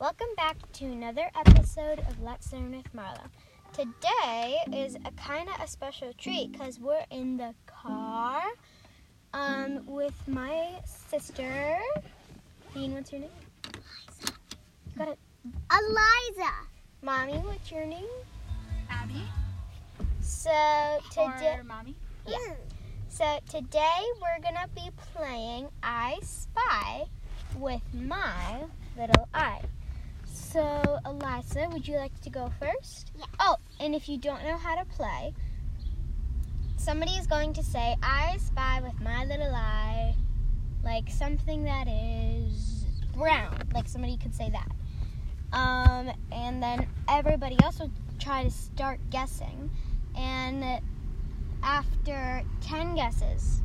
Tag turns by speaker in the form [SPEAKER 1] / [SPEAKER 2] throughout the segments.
[SPEAKER 1] Welcome back to another episode of Let's Learn with Marlo. Today is a kind of a special treat because we're in the car um, with my sister. Dean, what's your name? You got it.
[SPEAKER 2] Eliza.
[SPEAKER 1] Mommy, what's your name?
[SPEAKER 3] Abby
[SPEAKER 1] So today,
[SPEAKER 3] or Mommy.
[SPEAKER 1] Yeah. so today we're gonna be playing I Spy with my little eye. So Eliza, would you like to go first?
[SPEAKER 2] Yeah.
[SPEAKER 1] Oh, and if you don't know how to play, somebody is going to say I spy with my little eye, like something that is brown. Like somebody could say that. Um, and then everybody else would try to start guessing. And after 10 guesses,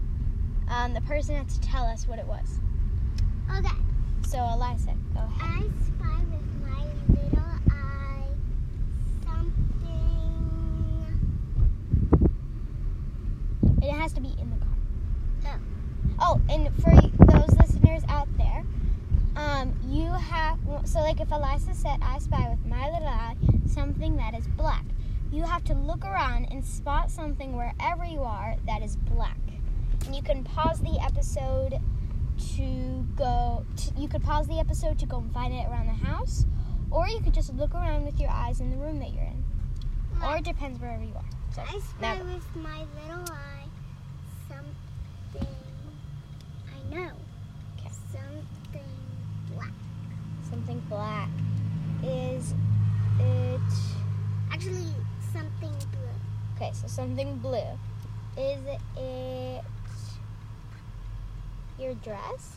[SPEAKER 1] um, the person had to tell us what it was.
[SPEAKER 2] Okay.
[SPEAKER 1] So, Eliza, go ahead.
[SPEAKER 2] I spy with my little eye something.
[SPEAKER 1] It has to be in the car.
[SPEAKER 2] Yeah.
[SPEAKER 1] Oh, and for those listeners out there, um, you have so like if Eliza said, "I spy with my little eye something that is black," you have to look around and spot something wherever you are that is black. And you can pause the episode to go. To, you could pause the episode to go and find it around the house, or you could just look around with your eyes in the room that you're in, or it depends wherever you are. So,
[SPEAKER 2] I spy
[SPEAKER 1] now-
[SPEAKER 2] with my little eye something. I know.
[SPEAKER 1] Okay.
[SPEAKER 2] Something black.
[SPEAKER 1] something black. Is it
[SPEAKER 2] Actually, something blue.
[SPEAKER 1] okay? So something blue. Is it your dress?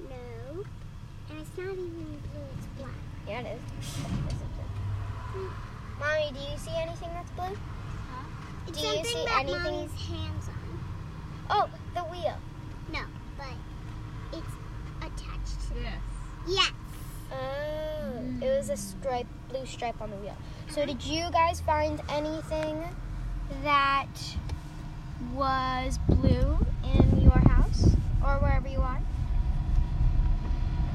[SPEAKER 2] No. And it's not even blue. It's black.
[SPEAKER 1] Yeah, it is. It is blue. Mommy, do you see anything that's blue?
[SPEAKER 2] It's
[SPEAKER 1] Do you
[SPEAKER 2] something
[SPEAKER 1] see
[SPEAKER 2] that
[SPEAKER 1] anything-
[SPEAKER 2] mommy's hands on.
[SPEAKER 1] Oh, the wheel.
[SPEAKER 2] No, but it's attached. to-
[SPEAKER 3] Yes.
[SPEAKER 2] Yes.
[SPEAKER 1] Oh,
[SPEAKER 3] Mm.
[SPEAKER 1] it was a stripe, blue stripe on the wheel. So did you guys find anything that was blue in your house or wherever you are?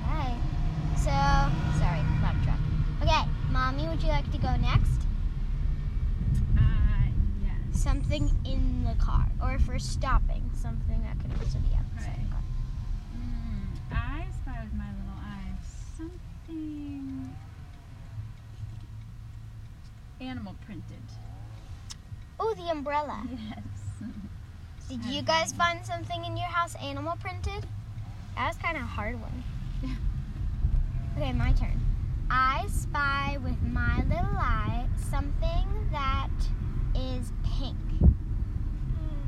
[SPEAKER 1] Okay. So sorry, loud truck. Okay, mommy, would you like to go next?
[SPEAKER 3] Uh, yes.
[SPEAKER 1] Something in the car, or if we're stopping, something that could also be outside the car.
[SPEAKER 3] Mm, I spy with my little eye something animal printed.
[SPEAKER 1] Oh, the umbrella.
[SPEAKER 3] Yes.
[SPEAKER 1] Did you guys find something in your house animal printed? That was kind of a hard one.
[SPEAKER 3] Yeah.
[SPEAKER 1] Okay, my turn. I spy with my little eye something that is pink.
[SPEAKER 3] Hmm.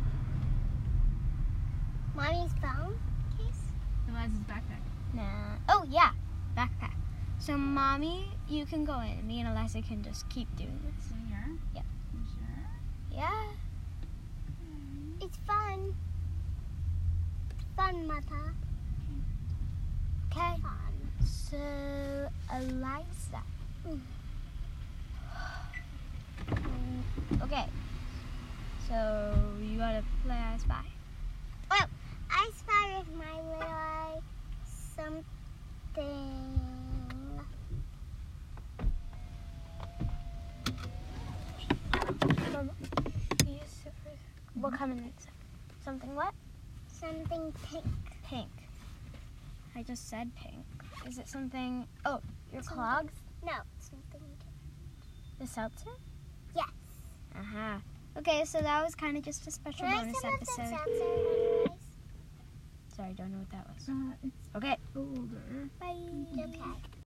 [SPEAKER 2] Mommy's phone case?
[SPEAKER 3] Eliza's backpack.
[SPEAKER 1] Nah. Oh, yeah, backpack. So, mommy, you can go in. Me and Eliza can just keep doing this.
[SPEAKER 3] So here.
[SPEAKER 1] Yep.
[SPEAKER 3] You sure?
[SPEAKER 1] Yeah.
[SPEAKER 2] It's fun. Fun, Mother.
[SPEAKER 1] Okay.
[SPEAKER 2] Fun.
[SPEAKER 1] So, Eliza.
[SPEAKER 2] Mm.
[SPEAKER 1] Mm, Okay. So, you gotta play I Spy.
[SPEAKER 2] I spy with my little eye something.
[SPEAKER 1] We'll come in next. Something what?
[SPEAKER 2] Something pink.
[SPEAKER 1] Pink. I just said pink. Is it something? Oh, your clogs?
[SPEAKER 2] No, something pink.
[SPEAKER 1] The seltzer?
[SPEAKER 2] Yes.
[SPEAKER 1] Uh huh. Okay, so that was kind of just a special
[SPEAKER 2] Can I
[SPEAKER 1] bonus
[SPEAKER 2] some of the
[SPEAKER 1] episode.
[SPEAKER 2] seltzer in my eyes?
[SPEAKER 1] Sorry, don't know what that was.
[SPEAKER 3] Uh, it's
[SPEAKER 1] Okay.
[SPEAKER 3] older.
[SPEAKER 2] Okay.